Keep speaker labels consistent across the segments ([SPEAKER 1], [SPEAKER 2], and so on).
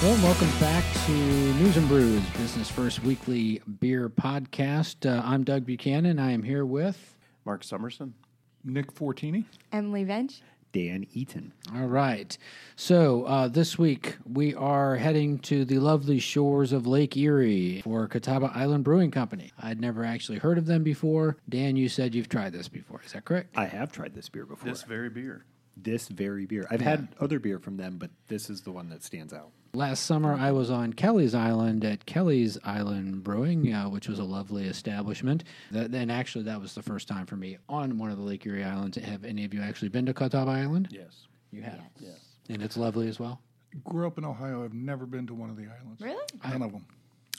[SPEAKER 1] Hello and welcome back to News and Brews, Business First Weekly Beer Podcast. Uh, I'm Doug Buchanan. I am here with.
[SPEAKER 2] Mark Summerson.
[SPEAKER 3] Nick Fortini.
[SPEAKER 4] Emily Bench.
[SPEAKER 2] Dan Eaton.
[SPEAKER 1] All right. So uh, this week we are heading to the lovely shores of Lake Erie for Catawba Island Brewing Company. I'd never actually heard of them before. Dan, you said you've tried this before. Is that correct?
[SPEAKER 2] I have tried this beer before.
[SPEAKER 3] This
[SPEAKER 2] This,
[SPEAKER 3] very beer.
[SPEAKER 2] very beer. I've had other beer from them, but this is the one that stands out.
[SPEAKER 1] Last summer, I was on Kelly's Island at Kelly's Island Brewing, uh, which was a lovely establishment. That, and actually, that was the first time for me on one of the Lake Erie Islands. Have any of you actually been to Catawba Island?
[SPEAKER 3] Yes.
[SPEAKER 1] You have. Yes. And it's lovely as well.
[SPEAKER 3] Grew up in Ohio. I've never been to one of the islands.
[SPEAKER 4] Really?
[SPEAKER 3] None of them.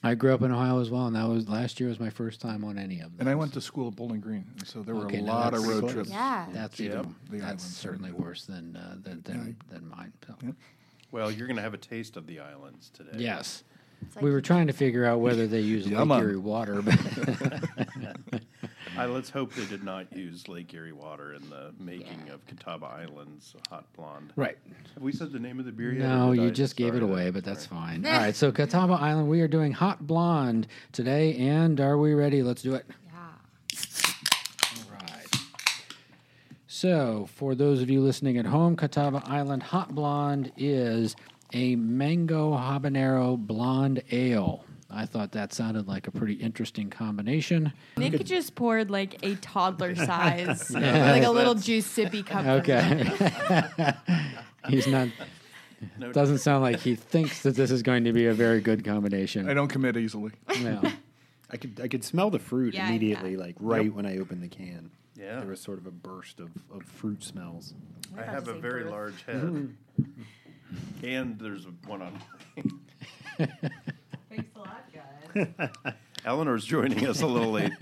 [SPEAKER 1] I grew up in Ohio as well, and that was last year was my first time on any of them.
[SPEAKER 3] And I went to school at Bowling Green, and so there were
[SPEAKER 1] Okay,
[SPEAKER 3] a
[SPEAKER 1] now
[SPEAKER 3] lot of
[SPEAKER 1] that's
[SPEAKER 3] road
[SPEAKER 2] close.
[SPEAKER 3] trips.
[SPEAKER 4] Yeah.
[SPEAKER 1] That's
[SPEAKER 3] Yep,
[SPEAKER 1] even,
[SPEAKER 3] the
[SPEAKER 1] that's
[SPEAKER 3] islands are-
[SPEAKER 1] certainly worse than uh, than, than, than mine. So.
[SPEAKER 5] Well, you're going to have a taste of the islands today.
[SPEAKER 1] Yes.
[SPEAKER 4] like
[SPEAKER 1] we
[SPEAKER 4] you-
[SPEAKER 1] were trying to figure out whether they use
[SPEAKER 3] Yeah,
[SPEAKER 1] Lake
[SPEAKER 3] I'm on.
[SPEAKER 1] Erie water, but
[SPEAKER 5] I, let's hope they did not use Lake Erie water in the making of Catawba Island's Hot Blonde.
[SPEAKER 1] right.
[SPEAKER 5] Have we said the name of the beer yet? or
[SPEAKER 1] No,
[SPEAKER 5] did
[SPEAKER 1] you
[SPEAKER 5] I-
[SPEAKER 1] just gave it
[SPEAKER 5] sorry,
[SPEAKER 1] away,
[SPEAKER 5] that-
[SPEAKER 1] but that's
[SPEAKER 5] all
[SPEAKER 1] fine. All right, so Catawba Island, we are doing Hot Blonde today, and are we ready? Let's do it.
[SPEAKER 4] Yeah.
[SPEAKER 1] All right. So, for those of you listening at home, Catawba Island Hot Blonde is a mango habanero blonde ale. I thought that sounded like a pretty interesting combination.
[SPEAKER 4] Nick just poured like a toddler size, like a little juice sippy cup. for me.
[SPEAKER 1] Okay. He's not.
[SPEAKER 5] No.
[SPEAKER 1] Doesn't sound like he thinks that this is going to be a very good combination.
[SPEAKER 3] I don't commit easily.
[SPEAKER 1] No.
[SPEAKER 2] I could I could smell the fruit
[SPEAKER 4] Yeah,
[SPEAKER 2] immediately,
[SPEAKER 4] yeah.
[SPEAKER 2] like right when I opened the can.
[SPEAKER 5] Yeah.
[SPEAKER 2] There was sort of a burst of, of fruit smells.
[SPEAKER 5] I
[SPEAKER 4] about
[SPEAKER 5] have
[SPEAKER 4] to
[SPEAKER 5] a
[SPEAKER 4] say
[SPEAKER 5] very
[SPEAKER 4] birth.
[SPEAKER 5] large head. and there's one on.
[SPEAKER 4] Thanks a lot, guys.
[SPEAKER 5] Eleanor's joining us a little late.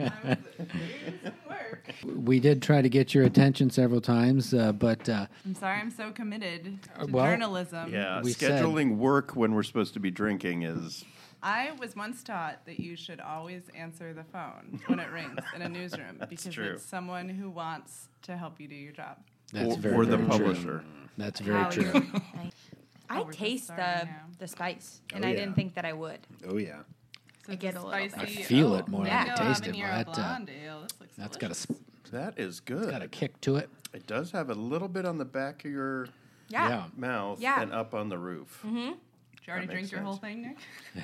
[SPEAKER 1] We did try to get your attention several times, uh, but uh,
[SPEAKER 6] I'm sorry, I'm so committed
[SPEAKER 1] Uh,
[SPEAKER 6] to
[SPEAKER 1] well-
[SPEAKER 6] journalism.
[SPEAKER 5] Yeah,
[SPEAKER 1] We said-
[SPEAKER 5] scheduling work when we're supposed to be drinking is.
[SPEAKER 6] I was once taught that you should always answer the phone when it rings in a newsroom because
[SPEAKER 5] true.
[SPEAKER 6] it's someone who wants to help you do your job.
[SPEAKER 1] that's
[SPEAKER 5] or,
[SPEAKER 1] very,
[SPEAKER 5] or the
[SPEAKER 1] very true. Mm.
[SPEAKER 5] publisher.
[SPEAKER 1] That's very
[SPEAKER 4] How
[SPEAKER 1] true.
[SPEAKER 4] you're- I
[SPEAKER 6] we're just
[SPEAKER 4] taste the
[SPEAKER 6] starting now.
[SPEAKER 4] the spice, and
[SPEAKER 2] Oh,
[SPEAKER 4] I
[SPEAKER 2] yeah.
[SPEAKER 4] didn't think that I would.
[SPEAKER 2] Oh yeah.
[SPEAKER 6] So
[SPEAKER 4] I
[SPEAKER 6] it's
[SPEAKER 4] get a little bit.
[SPEAKER 6] spicy, oh,
[SPEAKER 1] I feel it more than I
[SPEAKER 6] mango
[SPEAKER 1] taste it,
[SPEAKER 6] habanero
[SPEAKER 1] but, uh,
[SPEAKER 6] blonde ale. This looks
[SPEAKER 1] That's got a
[SPEAKER 6] delicious.
[SPEAKER 1] s-
[SPEAKER 5] That is good.
[SPEAKER 1] got a kick to it.
[SPEAKER 5] It does have a little bit on the back of your
[SPEAKER 4] Yeah.
[SPEAKER 5] mouth
[SPEAKER 4] Yeah.
[SPEAKER 5] and up on the roof.
[SPEAKER 6] Did you already
[SPEAKER 5] that
[SPEAKER 6] drink
[SPEAKER 5] makes
[SPEAKER 6] your whole
[SPEAKER 5] sense.
[SPEAKER 6] thing,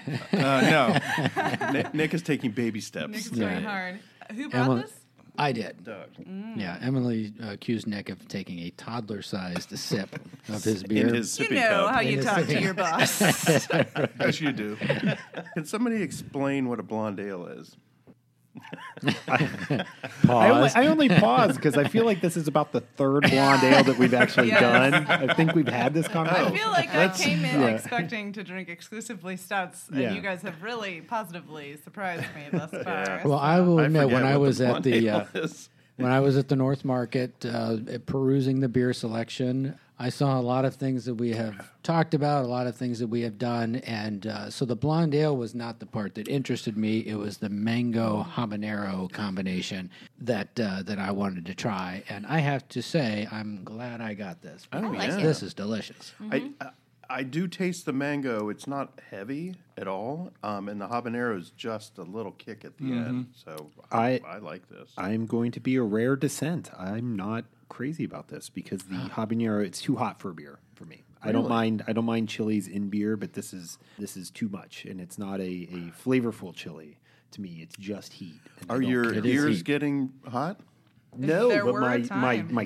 [SPEAKER 6] Nick?
[SPEAKER 5] Uh, no. Nick, Nick is taking baby
[SPEAKER 6] Nick's
[SPEAKER 5] steps.
[SPEAKER 6] going
[SPEAKER 1] Yeah.
[SPEAKER 6] hard. Who bought
[SPEAKER 1] Emily,
[SPEAKER 6] this?
[SPEAKER 1] I did.
[SPEAKER 5] Doug.
[SPEAKER 1] Yeah, Emily uh, accused Nick of taking a toddler-sized sip of his beer.
[SPEAKER 5] In his
[SPEAKER 6] You
[SPEAKER 5] sippy
[SPEAKER 6] know
[SPEAKER 5] cup.
[SPEAKER 6] how you
[SPEAKER 1] It is
[SPEAKER 6] talk to
[SPEAKER 1] sippy.
[SPEAKER 6] your boss.
[SPEAKER 3] Yes, you do.
[SPEAKER 5] Can somebody explain what a blonde ale is?
[SPEAKER 2] I only,
[SPEAKER 1] Pause.
[SPEAKER 2] I only pause because I feel like this is about the third blonde ale that we've actually
[SPEAKER 6] Yes.
[SPEAKER 2] done. I think we've had this conversation.
[SPEAKER 6] I feel like I came in
[SPEAKER 2] Oh. yeah.
[SPEAKER 6] expecting to drink exclusively stouts, and
[SPEAKER 2] Yeah.
[SPEAKER 6] you guys have really positively surprised me thus far.
[SPEAKER 1] well, I will admit
[SPEAKER 5] forget
[SPEAKER 1] Oh, when I
[SPEAKER 5] what
[SPEAKER 1] was at
[SPEAKER 5] blonde
[SPEAKER 1] the
[SPEAKER 5] ale
[SPEAKER 1] uh,
[SPEAKER 5] is.
[SPEAKER 1] when I was at the North Market uh, perusing the beer selection, I saw a lot of things that we have talked about, a lot of things that we have done, and uh, so the blonde ale was not the part that interested me. It was the mango habanero combination that uh, that I wanted to try, and I have to say, I'm glad I got this.
[SPEAKER 5] Oh,
[SPEAKER 1] because
[SPEAKER 5] yeah.
[SPEAKER 1] This is delicious.
[SPEAKER 4] Mm-hmm.
[SPEAKER 5] I, I, I do taste the mango. It's not heavy at all, um, and the habanero is just a little kick at the
[SPEAKER 1] Mm-hmm.
[SPEAKER 5] end. So I,
[SPEAKER 2] I-
[SPEAKER 5] I like this.
[SPEAKER 2] I'm going to be a rare descent. I'm not crazy about this because the
[SPEAKER 1] Ah.
[SPEAKER 2] habanero it's too hot for a beer for me. I don't mind I don't mind chilies in beer, but this is this is too much and it's not a, a
[SPEAKER 1] Ah.
[SPEAKER 2] flavorful chili to me. It's just heat. and I
[SPEAKER 5] Are
[SPEAKER 2] don't
[SPEAKER 5] your
[SPEAKER 2] care.
[SPEAKER 1] is
[SPEAKER 5] ears
[SPEAKER 1] heat.
[SPEAKER 5] getting hot?
[SPEAKER 2] No,
[SPEAKER 6] there
[SPEAKER 2] but
[SPEAKER 6] were a
[SPEAKER 2] my, my
[SPEAKER 6] time.
[SPEAKER 2] my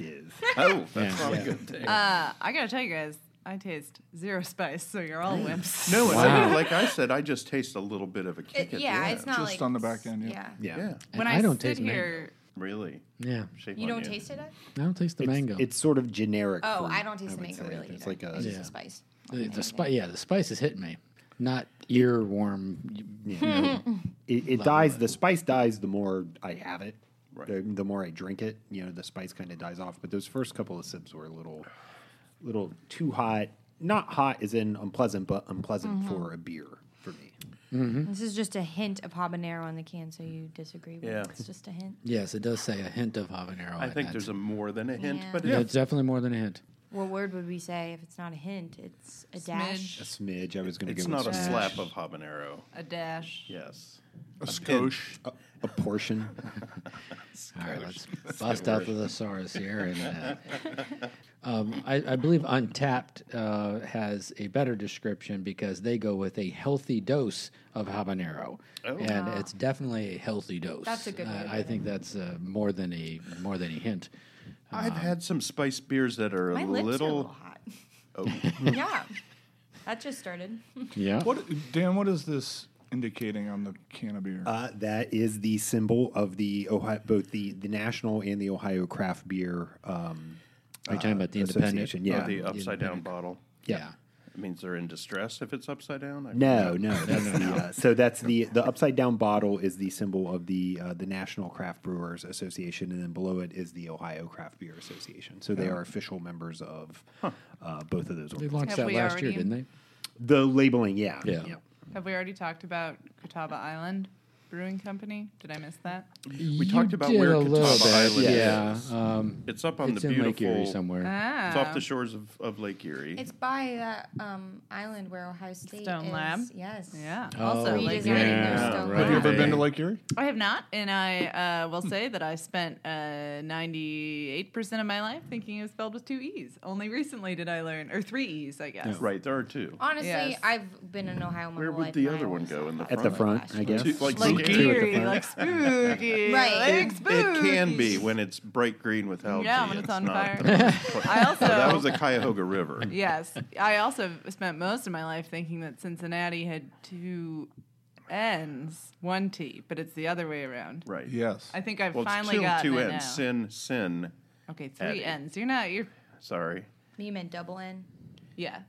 [SPEAKER 2] is.
[SPEAKER 5] Oh, that's not a good thing.
[SPEAKER 6] Uh, I gotta tell you guys, I taste zero spice, so you're all wimps.
[SPEAKER 5] no, and I
[SPEAKER 1] Wow.
[SPEAKER 5] mean, like I said, I just taste a little bit of a kick
[SPEAKER 4] It-
[SPEAKER 5] at
[SPEAKER 4] yeah,
[SPEAKER 5] the end.
[SPEAKER 4] it's not
[SPEAKER 3] Just
[SPEAKER 4] like
[SPEAKER 3] on the back end, yeah.
[SPEAKER 2] Yeah.
[SPEAKER 5] Yeah,
[SPEAKER 1] And
[SPEAKER 6] when I,
[SPEAKER 1] I don't
[SPEAKER 6] sit
[SPEAKER 1] taste mango.
[SPEAKER 6] here,
[SPEAKER 5] really.
[SPEAKER 1] Yeah,
[SPEAKER 5] Shame
[SPEAKER 4] You
[SPEAKER 5] on
[SPEAKER 4] don't taste it. Ed?
[SPEAKER 1] I don't taste the
[SPEAKER 2] It's,
[SPEAKER 1] mango.
[SPEAKER 2] it's sort of generic.
[SPEAKER 4] Oh,
[SPEAKER 2] fruit,
[SPEAKER 4] I don't taste the
[SPEAKER 2] would
[SPEAKER 4] mango
[SPEAKER 2] say.
[SPEAKER 4] really.
[SPEAKER 2] It's
[SPEAKER 4] either.
[SPEAKER 2] like
[SPEAKER 4] I
[SPEAKER 2] a
[SPEAKER 4] taste
[SPEAKER 1] Yeah.
[SPEAKER 4] the spice.
[SPEAKER 1] the, the spi- yeah, the spice is hitting me. Not earworm. you know.
[SPEAKER 2] it, it dies. The spice dies the more I have it.
[SPEAKER 5] Right.
[SPEAKER 2] The, the more I drink it, you know, the spice kind of dies off. But those first couple of sips were a little, little too hot. Not hot as in unpleasant, but
[SPEAKER 1] Mm-hmm.
[SPEAKER 2] unpleasant for a beer for me. Mm-hmm.
[SPEAKER 4] This is just a hint of habanero on the can, so you disagree with
[SPEAKER 5] Yeah.
[SPEAKER 4] it. It's just a hint.
[SPEAKER 1] yes, it does say a hint of habanero.
[SPEAKER 5] I think there's a more than a hint,
[SPEAKER 4] Yeah.
[SPEAKER 5] but
[SPEAKER 1] Yeah,
[SPEAKER 5] it,
[SPEAKER 1] it's definitely more than a hint.
[SPEAKER 7] What word would we say if it's not a hint? It's a dash.
[SPEAKER 2] A smidge. I was going to give
[SPEAKER 5] It's
[SPEAKER 2] it
[SPEAKER 5] not a
[SPEAKER 2] smidge.
[SPEAKER 5] slap of habanero.
[SPEAKER 6] A dash.
[SPEAKER 5] Yes.
[SPEAKER 3] A skosh.
[SPEAKER 2] A, a portion.
[SPEAKER 1] All right, let's bust out the thesaurus here. And, uh, um, I, I believe Untapped uh, has a better description because they go with a healthy dose of habanero,
[SPEAKER 5] Oh.
[SPEAKER 1] and it's definitely a healthy dose.
[SPEAKER 4] Ah. That's a good way
[SPEAKER 1] Uh,
[SPEAKER 4] to
[SPEAKER 1] I think that's uh, more than a more than a hint.
[SPEAKER 5] I've
[SPEAKER 6] Um,
[SPEAKER 5] had some spiced beers that are
[SPEAKER 7] My
[SPEAKER 5] a
[SPEAKER 7] lips are a little
[SPEAKER 5] little.
[SPEAKER 7] hot.
[SPEAKER 5] Oh,
[SPEAKER 7] yeah, that just started.
[SPEAKER 1] Yeah.
[SPEAKER 3] What, Dan, what is this indicating on the can of beer?
[SPEAKER 2] Uh, that is the symbol of the Ohio, both the, the national and the Ohio craft beer um, uh,
[SPEAKER 1] Are you talking about the independent?
[SPEAKER 2] association.
[SPEAKER 5] yeah,
[SPEAKER 2] Yeah.
[SPEAKER 5] Oh, the uh, upside down bottle.
[SPEAKER 1] Yeah.
[SPEAKER 5] It means they're in distress if it's upside down. I
[SPEAKER 2] No, no, that's the, uh, so that's the the upside down bottle is the symbol of the uh, the National Craft Brewers Association, and then below it is the Ohio Craft Beer Association. So they are official members of uh, both of those.
[SPEAKER 1] They
[SPEAKER 2] Organizations.
[SPEAKER 1] launched
[SPEAKER 6] Have
[SPEAKER 1] that
[SPEAKER 6] we
[SPEAKER 1] last year,
[SPEAKER 6] already-
[SPEAKER 1] didn't they?
[SPEAKER 2] The labeling, yeah,
[SPEAKER 1] Yeah.
[SPEAKER 6] Have we already talked about Catawba Island Brewing Company? Did I miss that?
[SPEAKER 5] We talked about where Catawba Island
[SPEAKER 1] yeah.
[SPEAKER 5] is.
[SPEAKER 1] Um,
[SPEAKER 5] It's up on
[SPEAKER 1] it's
[SPEAKER 5] the
[SPEAKER 1] in Lake
[SPEAKER 5] beautiful.
[SPEAKER 1] Erie somewhere.
[SPEAKER 6] Ah.
[SPEAKER 5] It's off the shores of, of Lake Erie.
[SPEAKER 7] It's by that um, island where Ohio State
[SPEAKER 6] Stone
[SPEAKER 7] is.
[SPEAKER 6] Lab?
[SPEAKER 7] Yes.
[SPEAKER 6] Yeah.
[SPEAKER 7] Also,
[SPEAKER 1] Oh,
[SPEAKER 7] we
[SPEAKER 1] Lake
[SPEAKER 7] just already know
[SPEAKER 1] Erie.
[SPEAKER 7] Stone
[SPEAKER 1] Yeah,
[SPEAKER 7] Lab.
[SPEAKER 3] Have you ever
[SPEAKER 5] Hey.
[SPEAKER 3] been to Lake Erie?
[SPEAKER 6] I have not, and I uh, will say that I spent uh, 98% of my life thinking it was spelled with two E's. Only recently did I learn, or three E's, I guess.
[SPEAKER 5] right, there are two.
[SPEAKER 7] Honestly,
[SPEAKER 6] Yes.
[SPEAKER 7] I've been in Ohio my
[SPEAKER 5] Where
[SPEAKER 7] whole
[SPEAKER 5] would
[SPEAKER 7] life,
[SPEAKER 5] the
[SPEAKER 7] and I
[SPEAKER 5] other one
[SPEAKER 7] always
[SPEAKER 5] go? In the
[SPEAKER 2] at
[SPEAKER 5] front?
[SPEAKER 2] the front, I guess.
[SPEAKER 5] Two- like
[SPEAKER 2] Two
[SPEAKER 6] Like
[SPEAKER 2] at the
[SPEAKER 6] eerie,
[SPEAKER 2] front.
[SPEAKER 6] like spooky.
[SPEAKER 7] Right.
[SPEAKER 6] Like spooky.
[SPEAKER 5] It can be when it's bright green with algae.
[SPEAKER 6] Yeah, when it's on
[SPEAKER 5] not
[SPEAKER 6] fire.
[SPEAKER 5] the front.
[SPEAKER 6] I also-
[SPEAKER 5] So that was the Cuyahoga River.
[SPEAKER 6] Yes. I also spent most of my life thinking that Cincinnati had two N's, one T, but it's the other way around.
[SPEAKER 5] Right.
[SPEAKER 3] Yes.
[SPEAKER 6] I think I've
[SPEAKER 5] Well, it's
[SPEAKER 6] finally
[SPEAKER 5] two,
[SPEAKER 6] gotten
[SPEAKER 5] two
[SPEAKER 6] it
[SPEAKER 5] N's.
[SPEAKER 6] now.
[SPEAKER 5] Sin, sin.
[SPEAKER 6] Okay, three
[SPEAKER 5] Abby.
[SPEAKER 6] N's. You're not, you're,
[SPEAKER 5] Sorry.
[SPEAKER 7] You meant double N.
[SPEAKER 6] yeah.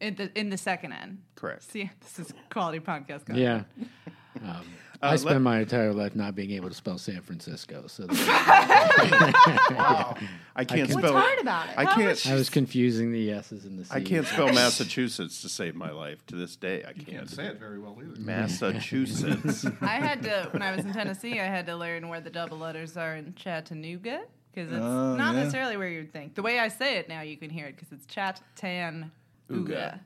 [SPEAKER 6] In the, in the second N.
[SPEAKER 5] Correct.
[SPEAKER 6] See, this is quality podcast. content.
[SPEAKER 1] Yeah.
[SPEAKER 3] Uh,
[SPEAKER 1] Um, I
[SPEAKER 5] let-
[SPEAKER 1] spent my entire life not being able to spell San Francisco, so there you go.
[SPEAKER 5] I can't
[SPEAKER 1] can-
[SPEAKER 5] spell.
[SPEAKER 7] What's hard about it?
[SPEAKER 5] I can't.
[SPEAKER 1] I was confusing the S's and the C's.
[SPEAKER 5] I can't spell Massachusetts to save my life. To this day, I can't.
[SPEAKER 3] can't say it very well either.
[SPEAKER 5] Massachusetts.
[SPEAKER 6] I had to when I was in Tennessee. I had to learn where the double letters are in Chattanooga because it's
[SPEAKER 3] Oh,
[SPEAKER 6] not
[SPEAKER 3] yeah.
[SPEAKER 6] necessarily where you'd think. The way I say it now, you can hear it because it's Chattanooga.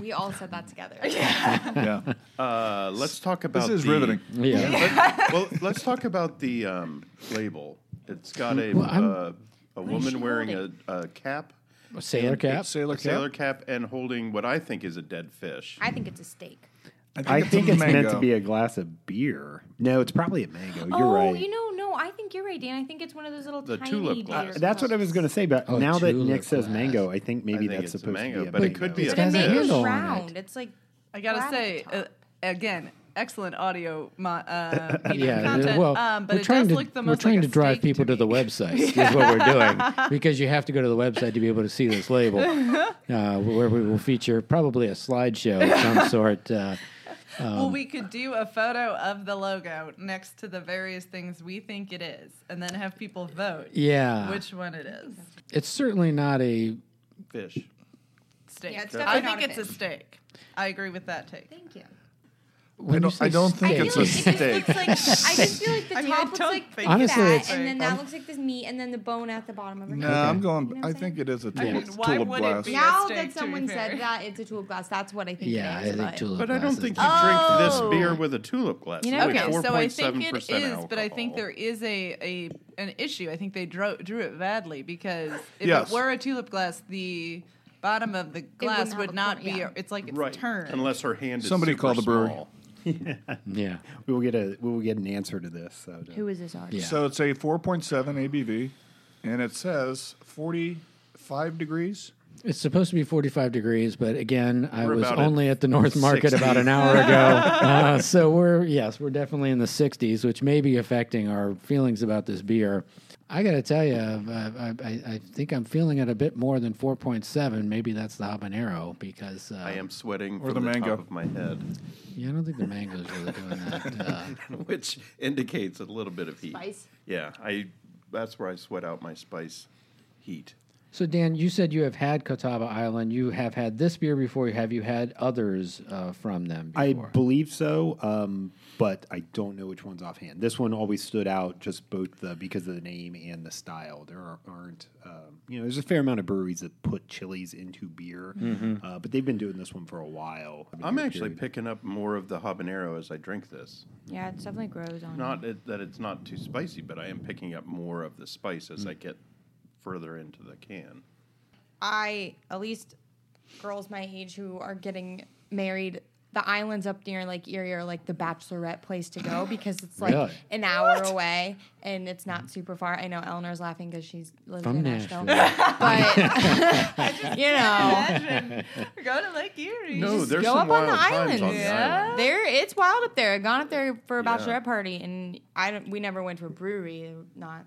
[SPEAKER 7] We all said that together.
[SPEAKER 3] yeah.
[SPEAKER 5] Uh, let's talk about
[SPEAKER 3] This is
[SPEAKER 5] the-
[SPEAKER 3] riveting.
[SPEAKER 1] Yeah.
[SPEAKER 5] Let- well, let's talk about the um, label. It's got a
[SPEAKER 1] Well, I'm-
[SPEAKER 5] uh, a woman wearing a, a cap,
[SPEAKER 1] Sailor cap.
[SPEAKER 3] Sailor
[SPEAKER 5] a sailor cap, and holding what I think is a dead fish.
[SPEAKER 7] I think it's a steak.
[SPEAKER 2] I think it's meant to be a glass of beer. No, it's probably a mango. You're
[SPEAKER 7] oh,
[SPEAKER 2] right.
[SPEAKER 7] you know, no, I think you're right, Dan. I think it's one of those little
[SPEAKER 5] The
[SPEAKER 7] tiny
[SPEAKER 5] tulip
[SPEAKER 7] beer
[SPEAKER 5] glass.
[SPEAKER 2] That's what I was going to say, but
[SPEAKER 1] Oh,
[SPEAKER 2] now that
[SPEAKER 1] tulip
[SPEAKER 2] Nick says
[SPEAKER 1] glass.
[SPEAKER 2] mango, I think maybe
[SPEAKER 5] I think
[SPEAKER 2] that's
[SPEAKER 5] it's a
[SPEAKER 2] supposed
[SPEAKER 5] mango,
[SPEAKER 2] to be a
[SPEAKER 5] but it
[SPEAKER 2] mango.
[SPEAKER 5] could be
[SPEAKER 1] It's
[SPEAKER 5] a
[SPEAKER 1] got
[SPEAKER 7] It's
[SPEAKER 1] a handle on it.
[SPEAKER 7] round. It's like
[SPEAKER 6] I gotta
[SPEAKER 7] flat at the
[SPEAKER 6] say
[SPEAKER 7] top.
[SPEAKER 6] uh, again, excellent audio. Mo- uh, media
[SPEAKER 1] Yeah,
[SPEAKER 6] content,
[SPEAKER 1] well,
[SPEAKER 6] um, but
[SPEAKER 1] we're
[SPEAKER 6] it
[SPEAKER 1] trying
[SPEAKER 6] does
[SPEAKER 1] to
[SPEAKER 6] look the most
[SPEAKER 1] we're
[SPEAKER 6] like
[SPEAKER 1] trying
[SPEAKER 6] a
[SPEAKER 1] to drive
[SPEAKER 6] steak to
[SPEAKER 1] people to,
[SPEAKER 6] me.
[SPEAKER 1] the website. Is what we're doing because you have to go to the website to be able to see this label, uh, where we will feature probably a slideshow of some sort. Uh,
[SPEAKER 6] well, we could do a photo of the logo next to the various things we think it is, and then have people vote
[SPEAKER 5] Ah.
[SPEAKER 1] yeah,
[SPEAKER 6] which one it is.
[SPEAKER 1] it's certainly not a
[SPEAKER 5] Fish.
[SPEAKER 6] Steak.
[SPEAKER 7] Yeah, it's
[SPEAKER 6] I
[SPEAKER 7] definitely
[SPEAKER 6] think
[SPEAKER 7] not a
[SPEAKER 6] it's a
[SPEAKER 7] fish.
[SPEAKER 6] steak. I agree with that take.
[SPEAKER 7] Thank you.
[SPEAKER 1] when you
[SPEAKER 3] don't-
[SPEAKER 1] say
[SPEAKER 3] I don't think
[SPEAKER 1] steak,
[SPEAKER 3] it's
[SPEAKER 7] I
[SPEAKER 3] a
[SPEAKER 7] feel like it just looks like I just feel like the
[SPEAKER 6] I mean, I
[SPEAKER 7] top looks
[SPEAKER 6] don't
[SPEAKER 7] like
[SPEAKER 6] think
[SPEAKER 1] Honestly,
[SPEAKER 7] fat,
[SPEAKER 1] it's-
[SPEAKER 7] and then that looks like this meat, and then the bone at the bottom of it.
[SPEAKER 3] No, I'm going.
[SPEAKER 7] You know what
[SPEAKER 3] I
[SPEAKER 7] I'm
[SPEAKER 3] think it
[SPEAKER 7] saying?
[SPEAKER 3] is a tulip,
[SPEAKER 6] mean, why
[SPEAKER 3] tulip
[SPEAKER 6] would it
[SPEAKER 3] glass.
[SPEAKER 6] be-
[SPEAKER 7] Now
[SPEAKER 6] steak,
[SPEAKER 7] that
[SPEAKER 6] to be
[SPEAKER 7] someone
[SPEAKER 6] fair.
[SPEAKER 7] said that it's a tulip glass, that's what I think.
[SPEAKER 1] Yeah,
[SPEAKER 7] it
[SPEAKER 1] I
[SPEAKER 7] is,
[SPEAKER 1] think
[SPEAKER 7] but-
[SPEAKER 1] tulip.
[SPEAKER 5] But I don't
[SPEAKER 1] glasses.
[SPEAKER 5] think you drink this
[SPEAKER 6] Oh.
[SPEAKER 5] beer with a tulip glass.
[SPEAKER 7] You know,
[SPEAKER 5] It's
[SPEAKER 6] Okay,
[SPEAKER 5] only
[SPEAKER 6] so I think it
[SPEAKER 5] 4.7%
[SPEAKER 6] is, but I think
[SPEAKER 5] alcohol.
[SPEAKER 6] there is a, a an issue. I think they drew, drew it badly because if
[SPEAKER 5] Yes.
[SPEAKER 6] it were a tulip glass, the bottom of the glass
[SPEAKER 7] have
[SPEAKER 6] would
[SPEAKER 7] a
[SPEAKER 6] not
[SPEAKER 7] corner,
[SPEAKER 6] be.
[SPEAKER 7] yeah.
[SPEAKER 6] It's like it's
[SPEAKER 5] right.
[SPEAKER 6] turned.
[SPEAKER 5] Unless her hand is
[SPEAKER 3] Somebody
[SPEAKER 5] super
[SPEAKER 3] call the brewery.
[SPEAKER 5] small.
[SPEAKER 1] yeah,
[SPEAKER 2] We will get a we will get an answer to this. So
[SPEAKER 7] Who is this artist?
[SPEAKER 1] yeah.
[SPEAKER 3] So it's a 4.7 ABV, and it says 45 degrees.
[SPEAKER 1] It's supposed to be 45 degrees, but again, I
[SPEAKER 5] We're
[SPEAKER 1] was
[SPEAKER 5] about
[SPEAKER 1] only at the North Market
[SPEAKER 5] 60.
[SPEAKER 1] about an hour ago. uh, so we're, yes, we're definitely in the 60s, which may be affecting our feelings about this beer. I got to tell you, I, I, I think I'm feeling it a bit more than 4.7. Maybe that's the habanero because uh,
[SPEAKER 5] I am sweating
[SPEAKER 3] Or
[SPEAKER 5] from
[SPEAKER 3] the
[SPEAKER 5] the,
[SPEAKER 3] mango.
[SPEAKER 5] top of my head,
[SPEAKER 1] Yeah, I don't think the mango's really doing that. Uh,
[SPEAKER 5] which indicates a little bit of heat.
[SPEAKER 7] Spice.
[SPEAKER 5] Yeah, I. That's where I sweat out my spice heat.
[SPEAKER 1] So Dan, you said you have had Catawba Island. You have had this beer before. Have you had others uh, from them?
[SPEAKER 2] I
[SPEAKER 1] Before?
[SPEAKER 2] believe so, um, but I don't know which one's offhand. This one always stood out just both the because of the name and the style. There are, aren't, um, you know, there's a fair amount of breweries that put chilies into beer,
[SPEAKER 1] Mm-hmm.
[SPEAKER 2] uh, but they've been doing this one for a while.
[SPEAKER 5] I'm actually picking up more of the habanero as I drink this.
[SPEAKER 7] Yeah, it definitely grows on.
[SPEAKER 5] Not it- that it's not too spicy, but I am picking up more of the spice as I get further into the can.
[SPEAKER 7] I at least girls my age who are getting married. The islands up near Lake Erie are like the bachelorette place to go because it's like
[SPEAKER 1] Really?
[SPEAKER 7] an hour away and it's not super far. I know Eleanor's laughing because she's lives
[SPEAKER 1] From
[SPEAKER 7] in
[SPEAKER 1] Nashville.
[SPEAKER 7] Nashville, but you know
[SPEAKER 6] Imagine we're going to Lake Erie.
[SPEAKER 5] No,
[SPEAKER 7] just
[SPEAKER 5] there's
[SPEAKER 7] go
[SPEAKER 5] some
[SPEAKER 7] up on the
[SPEAKER 5] wild times
[SPEAKER 7] islands.
[SPEAKER 5] on the
[SPEAKER 6] Yeah.
[SPEAKER 5] island.
[SPEAKER 7] there it's wild up there. I've gone up there for a
[SPEAKER 5] Yeah.
[SPEAKER 7] bachelorette party and I don't, we never went to a brewery. Not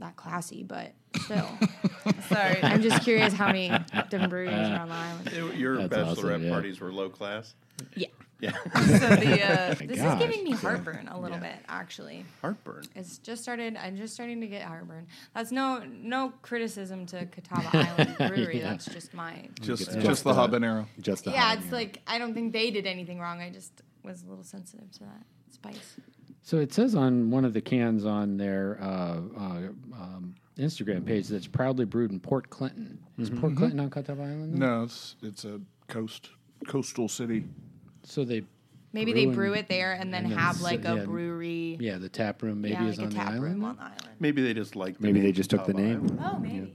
[SPEAKER 7] that classy, but still.
[SPEAKER 6] Sorry.
[SPEAKER 7] I'm just curious how many different breweries are on the island.
[SPEAKER 5] It- Your
[SPEAKER 1] That's
[SPEAKER 5] bachelorette
[SPEAKER 1] awesome, yeah.
[SPEAKER 5] parties were low class.
[SPEAKER 7] Yeah.
[SPEAKER 5] Yeah,
[SPEAKER 6] so the uh,
[SPEAKER 7] This
[SPEAKER 1] gosh,
[SPEAKER 7] is giving me
[SPEAKER 1] so-
[SPEAKER 7] heartburn a little bit, actually.
[SPEAKER 5] heartburn.
[SPEAKER 7] It's just started. I'm just starting to get heartburn. That's no no criticism to Catawba Island Brewery.
[SPEAKER 1] Yeah.
[SPEAKER 7] That's just my.
[SPEAKER 3] Just,
[SPEAKER 2] Yeah.
[SPEAKER 3] just the habanero.
[SPEAKER 2] just the
[SPEAKER 7] yeah, it's
[SPEAKER 2] habanero.
[SPEAKER 7] like I don't think they did anything wrong. I just was a little sensitive to that spice.
[SPEAKER 1] So it says on one of the cans on their uh, uh, um, Instagram page that's proudly brewed in Port Clinton. Is
[SPEAKER 5] Mm-hmm.
[SPEAKER 1] Port Clinton on Catawba Island? though?
[SPEAKER 3] No, it's it's a coast coastal city.
[SPEAKER 1] So they,
[SPEAKER 7] Maybe they brew
[SPEAKER 1] Brewing-
[SPEAKER 7] it there and then
[SPEAKER 1] and then
[SPEAKER 7] have
[SPEAKER 1] s-
[SPEAKER 7] like a
[SPEAKER 1] yeah,
[SPEAKER 7] brewery.
[SPEAKER 1] yeah, the tap room maybe
[SPEAKER 7] yeah,
[SPEAKER 1] is
[SPEAKER 7] like
[SPEAKER 1] on the
[SPEAKER 7] a tap room
[SPEAKER 1] island.
[SPEAKER 7] on the island.
[SPEAKER 5] Maybe they just like.
[SPEAKER 2] Maybe they just took the name.
[SPEAKER 7] Oh, maybe.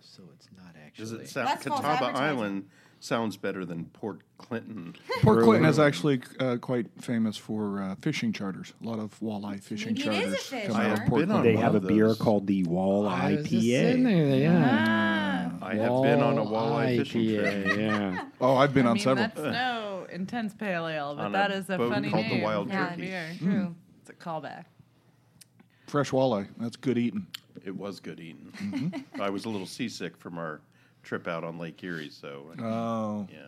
[SPEAKER 1] So it's not
[SPEAKER 5] Does
[SPEAKER 1] actually.
[SPEAKER 5] it sound
[SPEAKER 7] That's false
[SPEAKER 5] Catawba
[SPEAKER 7] advertising.
[SPEAKER 5] Island sounds better than Port Clinton?
[SPEAKER 3] Port Clinton is actually uh, quite famous for uh, fishing charters. A lot of walleye fishing
[SPEAKER 7] Maybe it is a
[SPEAKER 3] charters
[SPEAKER 7] fish
[SPEAKER 3] come out of
[SPEAKER 5] charter.
[SPEAKER 3] Port
[SPEAKER 5] Been on
[SPEAKER 3] Clinton.
[SPEAKER 2] they
[SPEAKER 5] one
[SPEAKER 2] have a
[SPEAKER 5] of
[SPEAKER 2] beer
[SPEAKER 5] those.
[SPEAKER 2] called the Wall
[SPEAKER 1] I was just sitting
[SPEAKER 2] IPA.
[SPEAKER 1] there, yeah.
[SPEAKER 5] I have been on a walleye fishing trip
[SPEAKER 1] IPA, yeah.
[SPEAKER 3] Oh, I've been
[SPEAKER 6] I
[SPEAKER 3] on
[SPEAKER 6] mean,
[SPEAKER 3] several.
[SPEAKER 6] that's no intense pale ale, but
[SPEAKER 5] On a
[SPEAKER 6] that is a
[SPEAKER 5] boat
[SPEAKER 6] funny
[SPEAKER 5] called the
[SPEAKER 6] name
[SPEAKER 5] Wild
[SPEAKER 6] for
[SPEAKER 7] Yeah,
[SPEAKER 5] Turkey.
[SPEAKER 6] beer.
[SPEAKER 7] True.
[SPEAKER 6] It's a callback.
[SPEAKER 3] Fresh walleye. That's good eating.
[SPEAKER 5] It was good eating. I was a little seasick from our trip out on Lake Erie, so
[SPEAKER 3] Oh,
[SPEAKER 5] yeah.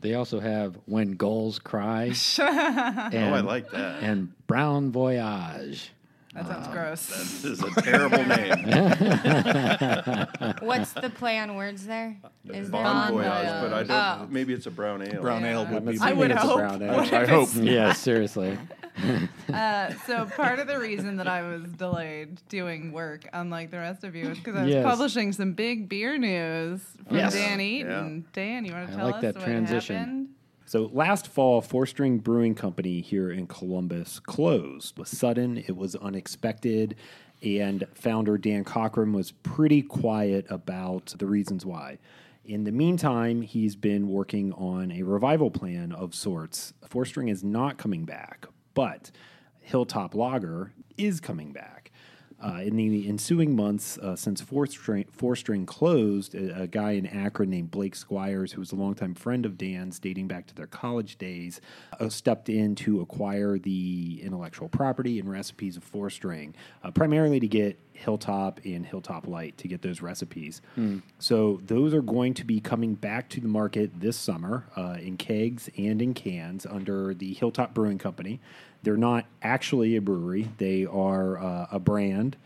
[SPEAKER 1] They also have When Gulls Cry.
[SPEAKER 5] Oh,
[SPEAKER 1] and,
[SPEAKER 5] I like that.
[SPEAKER 1] And Brown Voyage.
[SPEAKER 6] That sounds gross.
[SPEAKER 5] This is a terrible name.
[SPEAKER 7] What's the play on words there? Is there
[SPEAKER 5] Uh, Bon
[SPEAKER 7] on
[SPEAKER 5] voyage,
[SPEAKER 6] voyage.
[SPEAKER 5] but I don't.
[SPEAKER 7] Oh.
[SPEAKER 5] Maybe it's a brown ale.
[SPEAKER 3] brown
[SPEAKER 6] Yeah.
[SPEAKER 3] ale would be.
[SPEAKER 6] I would
[SPEAKER 2] It's a
[SPEAKER 6] hope.
[SPEAKER 2] brown ale.
[SPEAKER 6] What
[SPEAKER 3] I
[SPEAKER 6] if
[SPEAKER 3] hope.
[SPEAKER 6] it's
[SPEAKER 1] Yeah, seriously.
[SPEAKER 6] Uh, so part of the reason that I was delayed doing work, unlike the rest of you, is because I was
[SPEAKER 1] Yes.
[SPEAKER 6] publishing some big beer news from
[SPEAKER 1] Yes.
[SPEAKER 6] Dan Eaton. Dan, you want
[SPEAKER 1] I
[SPEAKER 6] to tell
[SPEAKER 1] like
[SPEAKER 6] us
[SPEAKER 1] that
[SPEAKER 6] what
[SPEAKER 1] transition.
[SPEAKER 6] happened?
[SPEAKER 2] So last fall, Four String Brewing Company here in Columbus closed. It was sudden, it was unexpected, and founder Dan Cochran was pretty quiet about the reasons why. In the meantime, he's been working on a revival plan of sorts. Four String is not coming back, but Hilltop Lager is coming back. Uh, in the ensuing months, uh, since Four String, Four String closed, a, a guy in Akron named Blake Squires, who was a longtime friend of Dan's dating back to their college days, uh, stepped in to acquire the intellectual property and recipes of Four String, uh, primarily to get Hilltop and Hilltop Light to get those recipes. So those are going to be coming back to the market this summer uh, in kegs and in cans under the Hilltop Brewing Company. They're not actually a brewery; they are uh, a brand.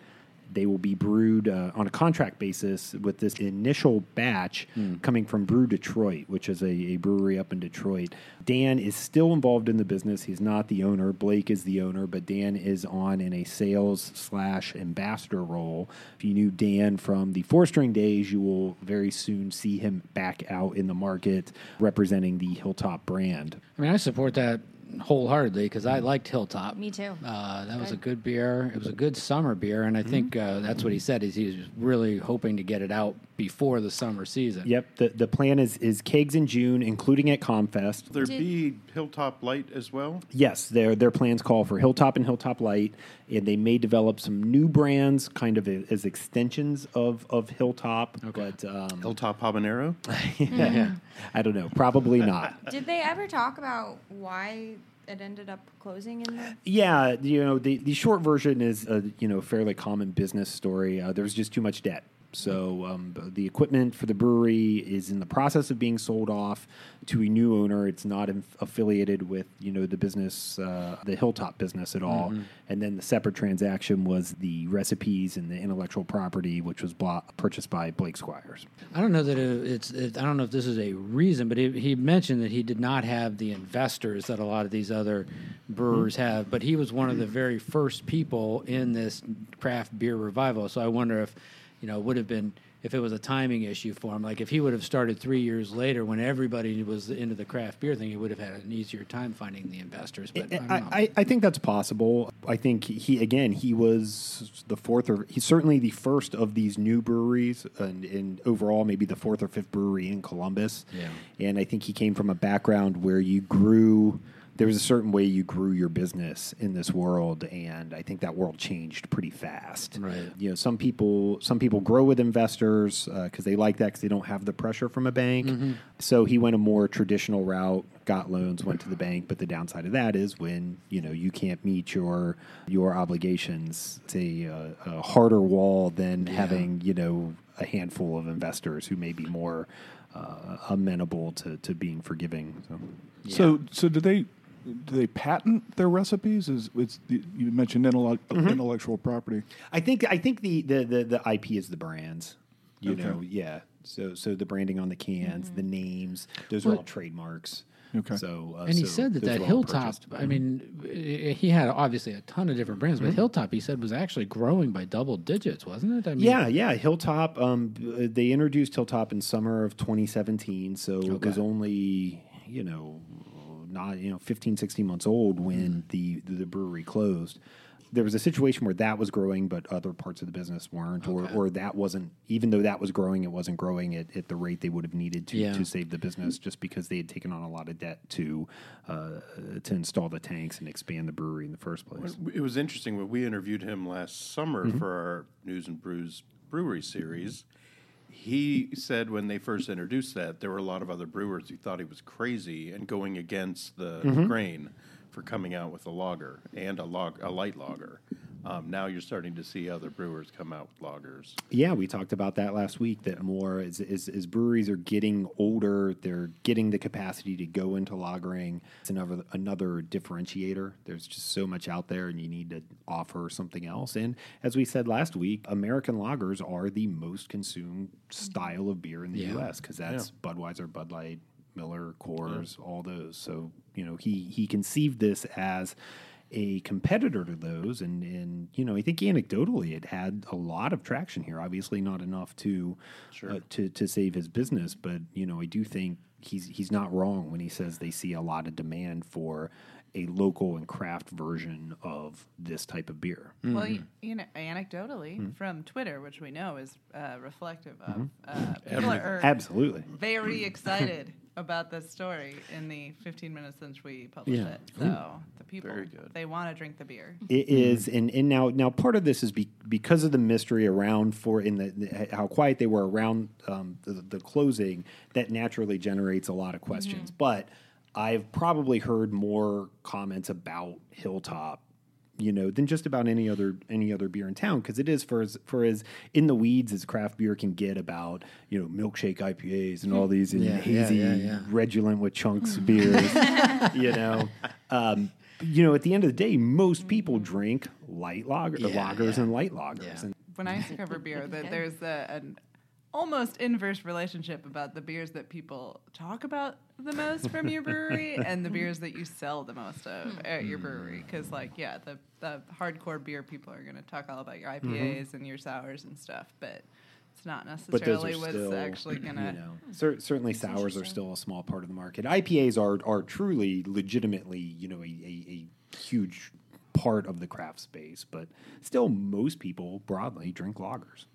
[SPEAKER 2] They will be brewed uh, on a contract basis with this initial batch coming from Brew Detroit, which is a, a brewery up in Detroit. Dan is still involved in the business. He's not the owner. Blake is the owner, but Dan is on in a sales slash ambassador role. If you knew Dan from the four string days, you will very soon see him back out in the market representing the Hilltop brand.
[SPEAKER 1] I mean, I support that wholeheartedly because I liked Hilltop.
[SPEAKER 7] Me too. Mm-hmm.
[SPEAKER 1] Uh, that was a good beer. It was a good summer beer, and I think uh, that's what he said is he was really hoping to get it out before the summer season.
[SPEAKER 2] Yep, the, the plan is, is kegs in June, including at Comfest.
[SPEAKER 5] There be Hilltop Light as well.
[SPEAKER 2] Yes, their their plans call for Hilltop and Hilltop Light, and they may develop some new brands, kind of a- as extensions of of Hilltop. But um,
[SPEAKER 5] Hilltop Habanero.
[SPEAKER 2] I don't know, probably not.
[SPEAKER 7] Did they ever talk about why it ended up closing in the?
[SPEAKER 2] yeah, you know, the the short version is a you know fairly common business story. Uh, there was just too much debt. So um, b- the equipment for the brewery is in the process of being sold off to a new owner. It's not in- affiliated with you know the business, uh, the Hilltop business at all. And then the separate transaction was the recipes and the intellectual property, which was blo- purchased by Blake Squires.
[SPEAKER 1] I don't know that it, it's. It, I don't know if this is a reason, but he he mentioned that he did not have the investors that a lot of these other brewers have. But he was one of the very first people in this craft beer revival. So I wonder if, you know, it would have been if it was a timing issue for him. Like if he would have started three years later when everybody was into the craft beer thing, he would have had an easier time finding the investors. But I, don't know.
[SPEAKER 2] I, I, I think that's possible. I think he again he was the fourth or he's certainly the first of these new breweries and, and overall maybe the fourth or fifth brewery in Columbus.
[SPEAKER 1] Yeah.
[SPEAKER 2] And I think he came from a background where you grew there was a certain way you grew your business in this world and I think that world changed pretty fast.
[SPEAKER 1] Right.
[SPEAKER 2] You know, some people some people grow with investors because they like that because they don't have the pressure from a bank. So he went a more traditional route, got loans, went to the bank. But the downside of that is when you know you can't meet your your obligations. It's a, uh, a harder wall than having you know a handful of investors who may be more uh, amenable to, to being forgiving. So.
[SPEAKER 3] So, so do they do they patent their recipes? Is it's you mentioned intellec-
[SPEAKER 5] Mm-hmm.
[SPEAKER 3] intellectual property?
[SPEAKER 2] I think I think the the the, the IP is the brands. You know, yeah. So so the branding on the cans,
[SPEAKER 1] Mm-hmm.
[SPEAKER 2] the names, those are all trademarks.
[SPEAKER 3] Okay.
[SPEAKER 2] So uh,
[SPEAKER 1] and he
[SPEAKER 2] so
[SPEAKER 1] said that
[SPEAKER 2] those
[SPEAKER 1] that
[SPEAKER 2] were all
[SPEAKER 1] Hilltop,
[SPEAKER 2] purchased.
[SPEAKER 1] I mean, i- i- he had obviously a ton of different brands,
[SPEAKER 2] Mm-hmm.
[SPEAKER 1] but Hilltop, he said, was actually growing by double digits, wasn't it? I mean,
[SPEAKER 2] Yeah, yeah. Hilltop. Um, uh, they introduced Hilltop in summer of 2017, so it was only you know not you know 15, 16 months old when the
[SPEAKER 1] Mm-hmm.
[SPEAKER 2] the brewery closed. There was a situation where that was growing, but other parts of the business weren't, or, or that wasn't. Even though that was growing, it wasn't growing at, at the rate they would have needed to,
[SPEAKER 1] Yeah.
[SPEAKER 2] to save the business, just because they had taken on a lot of debt to uh, to install the tanks and expand the brewery in the first place.
[SPEAKER 5] It was interesting when we interviewed him last summer for our News and Brews Brewery series. He said when they first introduced that, there were a lot of other brewers who thought he was crazy and going against the grain for coming out with a lager and a log, a light lager. Um, now you're starting to see other brewers come out with lagers.
[SPEAKER 2] Yeah, we talked about that last week. That more as, as, as breweries are getting older, they're getting the capacity to go into lagering. It's another another differentiator. There's just so much out there, and you need to offer something else. And as we said last week, American lagers are the most consumed style of beer in the
[SPEAKER 1] Yeah.
[SPEAKER 2] U.S. because that's Budweiser, Bud Light, Miller, Coors, all those. So you know he he conceived this as a competitor to those, and and you know I think anecdotally it had a lot of traction here. Obviously not enough to uh, to to save his business, but you know I do think he's he's not wrong when he says they see a lot of demand for a local and craft version of this type of beer.
[SPEAKER 5] Mm-hmm.
[SPEAKER 6] Well, you, you know, anecdotally
[SPEAKER 1] Mm-hmm.
[SPEAKER 6] from Twitter, which we know is uh, reflective of uh, people are
[SPEAKER 2] Absolutely.
[SPEAKER 6] very excited about this story in the 15 minutes since we published
[SPEAKER 2] Yeah.
[SPEAKER 6] it. So the people
[SPEAKER 5] Mm-hmm. Very good.
[SPEAKER 6] they want to drink the beer.
[SPEAKER 2] It is, and, and now now part of this is be, because of the mystery around for in the, the how quiet they were around um, the, the closing that naturally generates a lot of
[SPEAKER 1] Mm-hmm.
[SPEAKER 2] questions. But I've probably heard more comments about Hilltop, you know, than just about any other any other beer in town because it is for as for as in the weeds as craft beer can get about you know milkshake IPAs and all these and
[SPEAKER 1] Yeah, yeah,
[SPEAKER 2] hazy
[SPEAKER 1] yeah, yeah. Mm-hmm.
[SPEAKER 2] redulent with chunks beers, you know. Um, you know, at the end of the day, most people drink light lager, lagers and light lagers.
[SPEAKER 1] Yeah.
[SPEAKER 2] And
[SPEAKER 6] When I discover beer, that there's a, an almost inverse relationship about the beers that people talk about the most from your brewery and the beers that you sell the most of at your
[SPEAKER 2] Hmm.
[SPEAKER 6] brewery. Because like, yeah, the the hardcore beer people are going to talk all about your
[SPEAKER 2] Mm-hmm.
[SPEAKER 6] IPAs and your sours and stuff, but it's not
[SPEAKER 2] but those
[SPEAKER 6] necessarily
[SPEAKER 2] are
[SPEAKER 6] what's
[SPEAKER 2] still,
[SPEAKER 6] actually going to.
[SPEAKER 2] you know, cer- certainly sours are still a small part of the market. IPAs are are truly, legitimately, you know, a, a, a huge part of the craft space. But still, most people broadly drink lagers.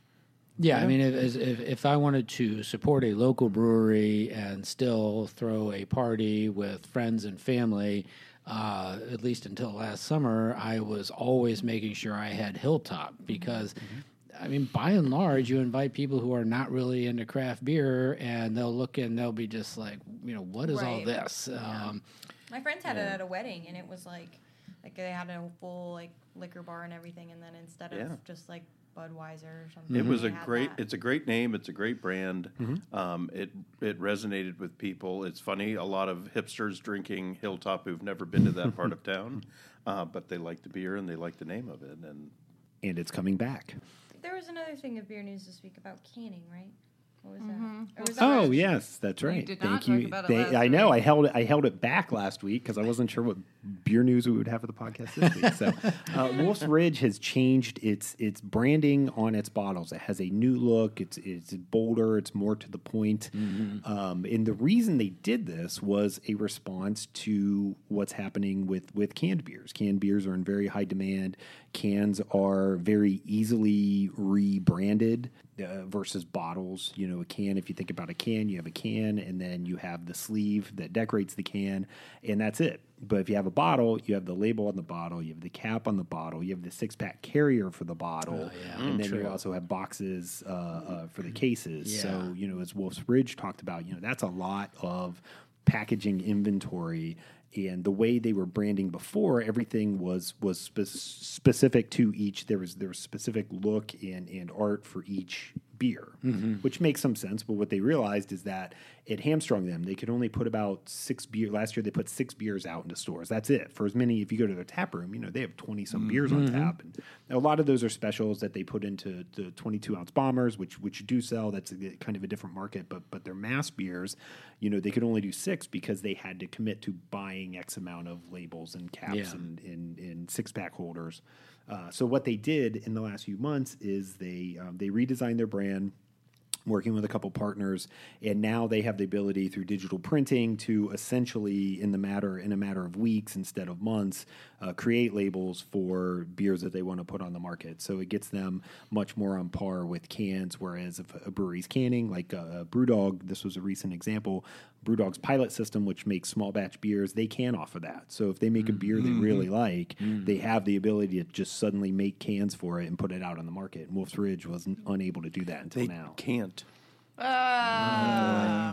[SPEAKER 1] Yeah, I mean, if, as- if if I wanted to support a local brewery and still throw a party with friends and family, uh, at least until last summer, I was always making sure I had Hilltop because.
[SPEAKER 2] Mm-hmm.
[SPEAKER 1] I mean, by and large, you invite people who are not really into craft beer, and they'll look and they'll be just like, you know, what is all
[SPEAKER 7] Right.
[SPEAKER 1] this? Um,
[SPEAKER 7] My friends had it at a wedding, and it was like, like they had a full like liquor bar and everything, and then instead of
[SPEAKER 5] Yeah.
[SPEAKER 7] just like Budweiser or something.
[SPEAKER 5] It was
[SPEAKER 1] Mm-hmm.
[SPEAKER 7] They
[SPEAKER 5] a
[SPEAKER 7] had
[SPEAKER 5] great.
[SPEAKER 7] that.
[SPEAKER 5] It's a great name. It's a great brand. Um, it it resonated with people. It's funny. A lot of hipsters drinking Hilltop who've never been to that part of town, uh, but they like the beer and they like the name of it. And
[SPEAKER 2] and it's coming back.
[SPEAKER 7] There was another thing of beer news this week about canning, right? What was that? Or was that-
[SPEAKER 2] Oh yes, that's right.
[SPEAKER 6] did
[SPEAKER 2] Thank
[SPEAKER 6] not talk
[SPEAKER 2] you.
[SPEAKER 6] about it
[SPEAKER 2] They-
[SPEAKER 6] last
[SPEAKER 2] I know.
[SPEAKER 6] week.
[SPEAKER 2] I held it. I held it back last week because I wasn't sure what beer news we would have for the podcast this week. So, uh, Wolf's Ridge has changed its its branding on its bottles. It has a new look. It's it's bolder. It's more to the point.
[SPEAKER 6] Mm-hmm.
[SPEAKER 2] Um, and the reason they did this was a response to what's happening with with canned beers. Canned beers are in very high demand. Cans are very easily rebranded uh, versus bottles. You know, a can, if you think about a can, you have a can and then you have the sleeve that decorates the can, and that's it. But if you have a bottle, you have the label on the bottle, you have the cap on the bottle, you have the six pack carrier for the bottle, and then you also have boxes uh, uh, for the cases. So, you know, as Wolf's Ridge talked about, you know, that's a lot of packaging inventory and the way they were branding before everything was was spe- specific to each there was there was specific look and and art for each beer which makes some sense but what they realized is that it hamstrung them they could only put about six beer last year they put six beers out into stores that's it for as many if you go to their tap room you know they have 20 some beers on tap and a lot of those are specials that they put into the 22 ounce bombers which which do sell that's a, kind of a different market but but their mass beers you know they could only do six because they had to commit to buying x amount of labels and caps
[SPEAKER 1] Yeah.
[SPEAKER 2] and in, in six pack holders uh, so what they did in the last few months is they um, they redesigned their brand working with a couple partners and now they have the ability through digital printing to essentially in the matter in a matter of weeks instead of months uh, create labels for beers that they want to put on the market so it gets them much more on par with cans whereas if a brewery's canning like uh, brewdog this was a recent example brewdog's pilot system which makes small batch beers they can offer that so if they make a
[SPEAKER 1] Mm.
[SPEAKER 2] beer
[SPEAKER 1] Mm-hmm.
[SPEAKER 2] they really like they have the ability to just suddenly make cans for it and put it out on the market and wolf's ridge was n- unable to do that until now Um,
[SPEAKER 5] can't.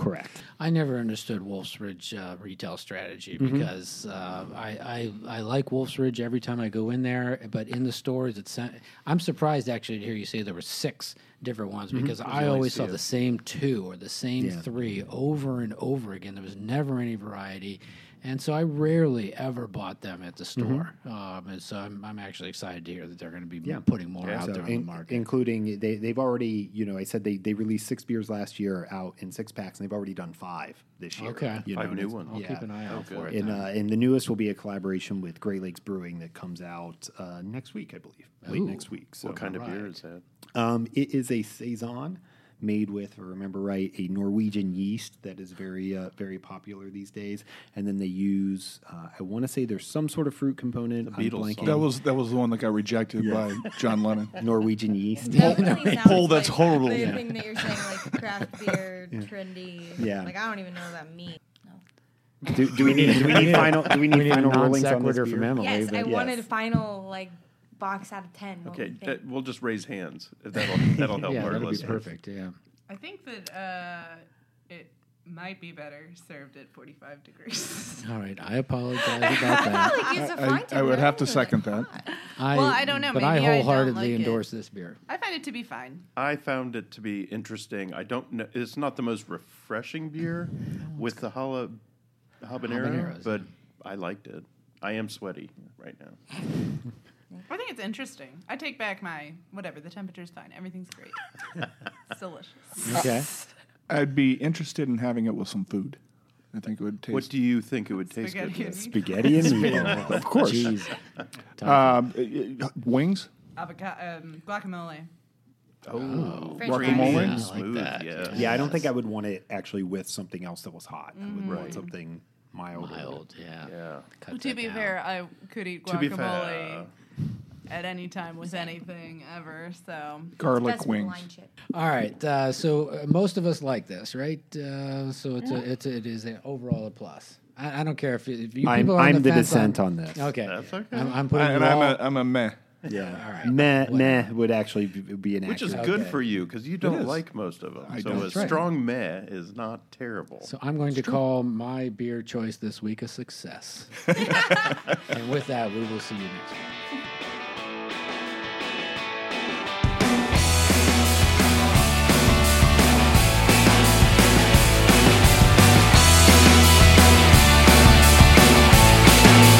[SPEAKER 2] Correct.
[SPEAKER 1] I never understood Wolf's Ridge uh, retail strategy
[SPEAKER 2] Mm-hmm.
[SPEAKER 1] because uh, I, I I like Wolf's Ridge every time I go in there, but in the stores, it's I'm surprised actually to hear you say there were six different ones
[SPEAKER 2] Mm-hmm.
[SPEAKER 1] because I always saw the same two or the same three over and over again. There was never any variety. And so I rarely ever bought them at the
[SPEAKER 2] Mm-hmm.
[SPEAKER 1] store, um, and so I'm, I'm actually excited to hear that they're going to be putting more out
[SPEAKER 2] So
[SPEAKER 1] there on the
[SPEAKER 2] in-
[SPEAKER 1] market.
[SPEAKER 2] including they, they've already, you know, I said they, they released six beers last year out in six packs, and they've already done five this year.
[SPEAKER 1] Okay.
[SPEAKER 2] you
[SPEAKER 5] Five
[SPEAKER 2] know, and
[SPEAKER 5] new
[SPEAKER 2] it's-
[SPEAKER 5] ones.
[SPEAKER 1] I'll keep an eye
[SPEAKER 5] Oh,
[SPEAKER 1] out for it.
[SPEAKER 2] And, uh, and the newest will be a collaboration with Great Lakes Brewing that comes out uh, next week, I believe, late
[SPEAKER 1] Ooh.
[SPEAKER 2] next week. So
[SPEAKER 5] What kind of beer is that?
[SPEAKER 2] Um, it is a saison made with, if I remember right, a Norwegian yeast that is very, uh, very popular these days. And then they use, uh, I want to say there's some sort of fruit component. I'm
[SPEAKER 5] Beatles
[SPEAKER 2] blanking.
[SPEAKER 5] song.
[SPEAKER 3] That was that was the one that got rejected by John Lennon.
[SPEAKER 2] Norwegian yeast.
[SPEAKER 7] That really sounds
[SPEAKER 3] Paul, that's
[SPEAKER 7] like
[SPEAKER 3] horrible.
[SPEAKER 7] The
[SPEAKER 3] Yeah.
[SPEAKER 7] thing that you're saying, like craft beer, trendy.
[SPEAKER 2] Yeah.
[SPEAKER 7] Like I don't even know what that means. No.
[SPEAKER 2] Do, do we need do we need final do we need,
[SPEAKER 1] need a
[SPEAKER 2] final rulings on this
[SPEAKER 1] non-sequitur
[SPEAKER 2] beer?
[SPEAKER 1] from Emily,
[SPEAKER 7] Yes, I wanted a final like box out of ten. What
[SPEAKER 5] Okay,
[SPEAKER 7] we think.
[SPEAKER 3] uh,
[SPEAKER 5] that- we'll just raise hands. That'll that'll help
[SPEAKER 1] yeah,
[SPEAKER 5] our
[SPEAKER 1] that'd be
[SPEAKER 5] listeners.
[SPEAKER 1] perfect. Yeah.
[SPEAKER 6] I think that uh, it might be better served at 45 degrees.
[SPEAKER 1] All right. I apologize about that.
[SPEAKER 7] Like, use a fine
[SPEAKER 3] I, I
[SPEAKER 7] tuner,
[SPEAKER 3] would have to
[SPEAKER 7] don't really
[SPEAKER 3] second that.
[SPEAKER 1] I,
[SPEAKER 6] Well, I don't know.
[SPEAKER 1] But
[SPEAKER 6] Maybe I
[SPEAKER 1] I
[SPEAKER 6] don't
[SPEAKER 1] wholeheartedly
[SPEAKER 6] like it.
[SPEAKER 1] endorse this beer.
[SPEAKER 6] I find it to be fine.
[SPEAKER 5] I found it to be interesting. I don't know. It's not the most refreshing beer with the hala, habanero,
[SPEAKER 1] Habaneros,
[SPEAKER 5] but I liked it. I am sweaty right now.
[SPEAKER 6] I think it's interesting. I take back my whatever. The temperature's fine. Everything's great. it's delicious.
[SPEAKER 1] Okay.
[SPEAKER 3] I'd be interested in having it with some food. I think it would taste.
[SPEAKER 5] What do you think it would taste good
[SPEAKER 2] Spaghetti
[SPEAKER 5] with?
[SPEAKER 6] Spaghetti and
[SPEAKER 2] and meatloaf, of course.
[SPEAKER 1] Jeez.
[SPEAKER 3] Um, uh, uh, wings?
[SPEAKER 6] Avocado, um, guacamole.
[SPEAKER 5] Oh,
[SPEAKER 7] French
[SPEAKER 5] creamy
[SPEAKER 3] fries. Yeah, I
[SPEAKER 5] and
[SPEAKER 3] like
[SPEAKER 5] smooth.
[SPEAKER 1] that.
[SPEAKER 5] Yeah.
[SPEAKER 2] Yeah, I don't think I would want it actually with something else that was hot. I would
[SPEAKER 5] Mm.
[SPEAKER 2] want something mild.
[SPEAKER 1] Mild, yeah.
[SPEAKER 5] Yeah.
[SPEAKER 1] Cut
[SPEAKER 6] to
[SPEAKER 1] that
[SPEAKER 6] be
[SPEAKER 1] down.
[SPEAKER 6] fair, I could eat
[SPEAKER 5] To be
[SPEAKER 6] guacamole
[SPEAKER 5] fair. uh,
[SPEAKER 6] at any time with anything ever. So
[SPEAKER 3] Garlic
[SPEAKER 7] Best with
[SPEAKER 3] wings.
[SPEAKER 7] lime chip.
[SPEAKER 1] All right. Uh, so uh, most of us like this, right? Uh, so it's a, it's a, it is a, overall a plus. I, I don't care if, if you
[SPEAKER 2] I'm,
[SPEAKER 1] people are on
[SPEAKER 2] I'm
[SPEAKER 1] the,
[SPEAKER 2] the,
[SPEAKER 1] fence
[SPEAKER 2] dissent on, this.
[SPEAKER 1] Okay.
[SPEAKER 5] That's okay.
[SPEAKER 1] I'm, I'm putting
[SPEAKER 3] I, and
[SPEAKER 1] you
[SPEAKER 3] I'm
[SPEAKER 1] all-
[SPEAKER 3] a, I'm a meh.
[SPEAKER 2] Yeah.
[SPEAKER 1] All right.
[SPEAKER 2] Meh, meh would actually be, be an
[SPEAKER 5] Which is
[SPEAKER 2] accurate-
[SPEAKER 5] good
[SPEAKER 1] Okay.
[SPEAKER 5] for you because you don't
[SPEAKER 3] is.
[SPEAKER 5] like most of them.
[SPEAKER 3] I
[SPEAKER 5] so
[SPEAKER 3] don't.
[SPEAKER 5] a
[SPEAKER 1] That's right.
[SPEAKER 5] strong meh is not terrible.
[SPEAKER 1] So I'm going to call my beer choice this week a success. and with that, we will see you next week.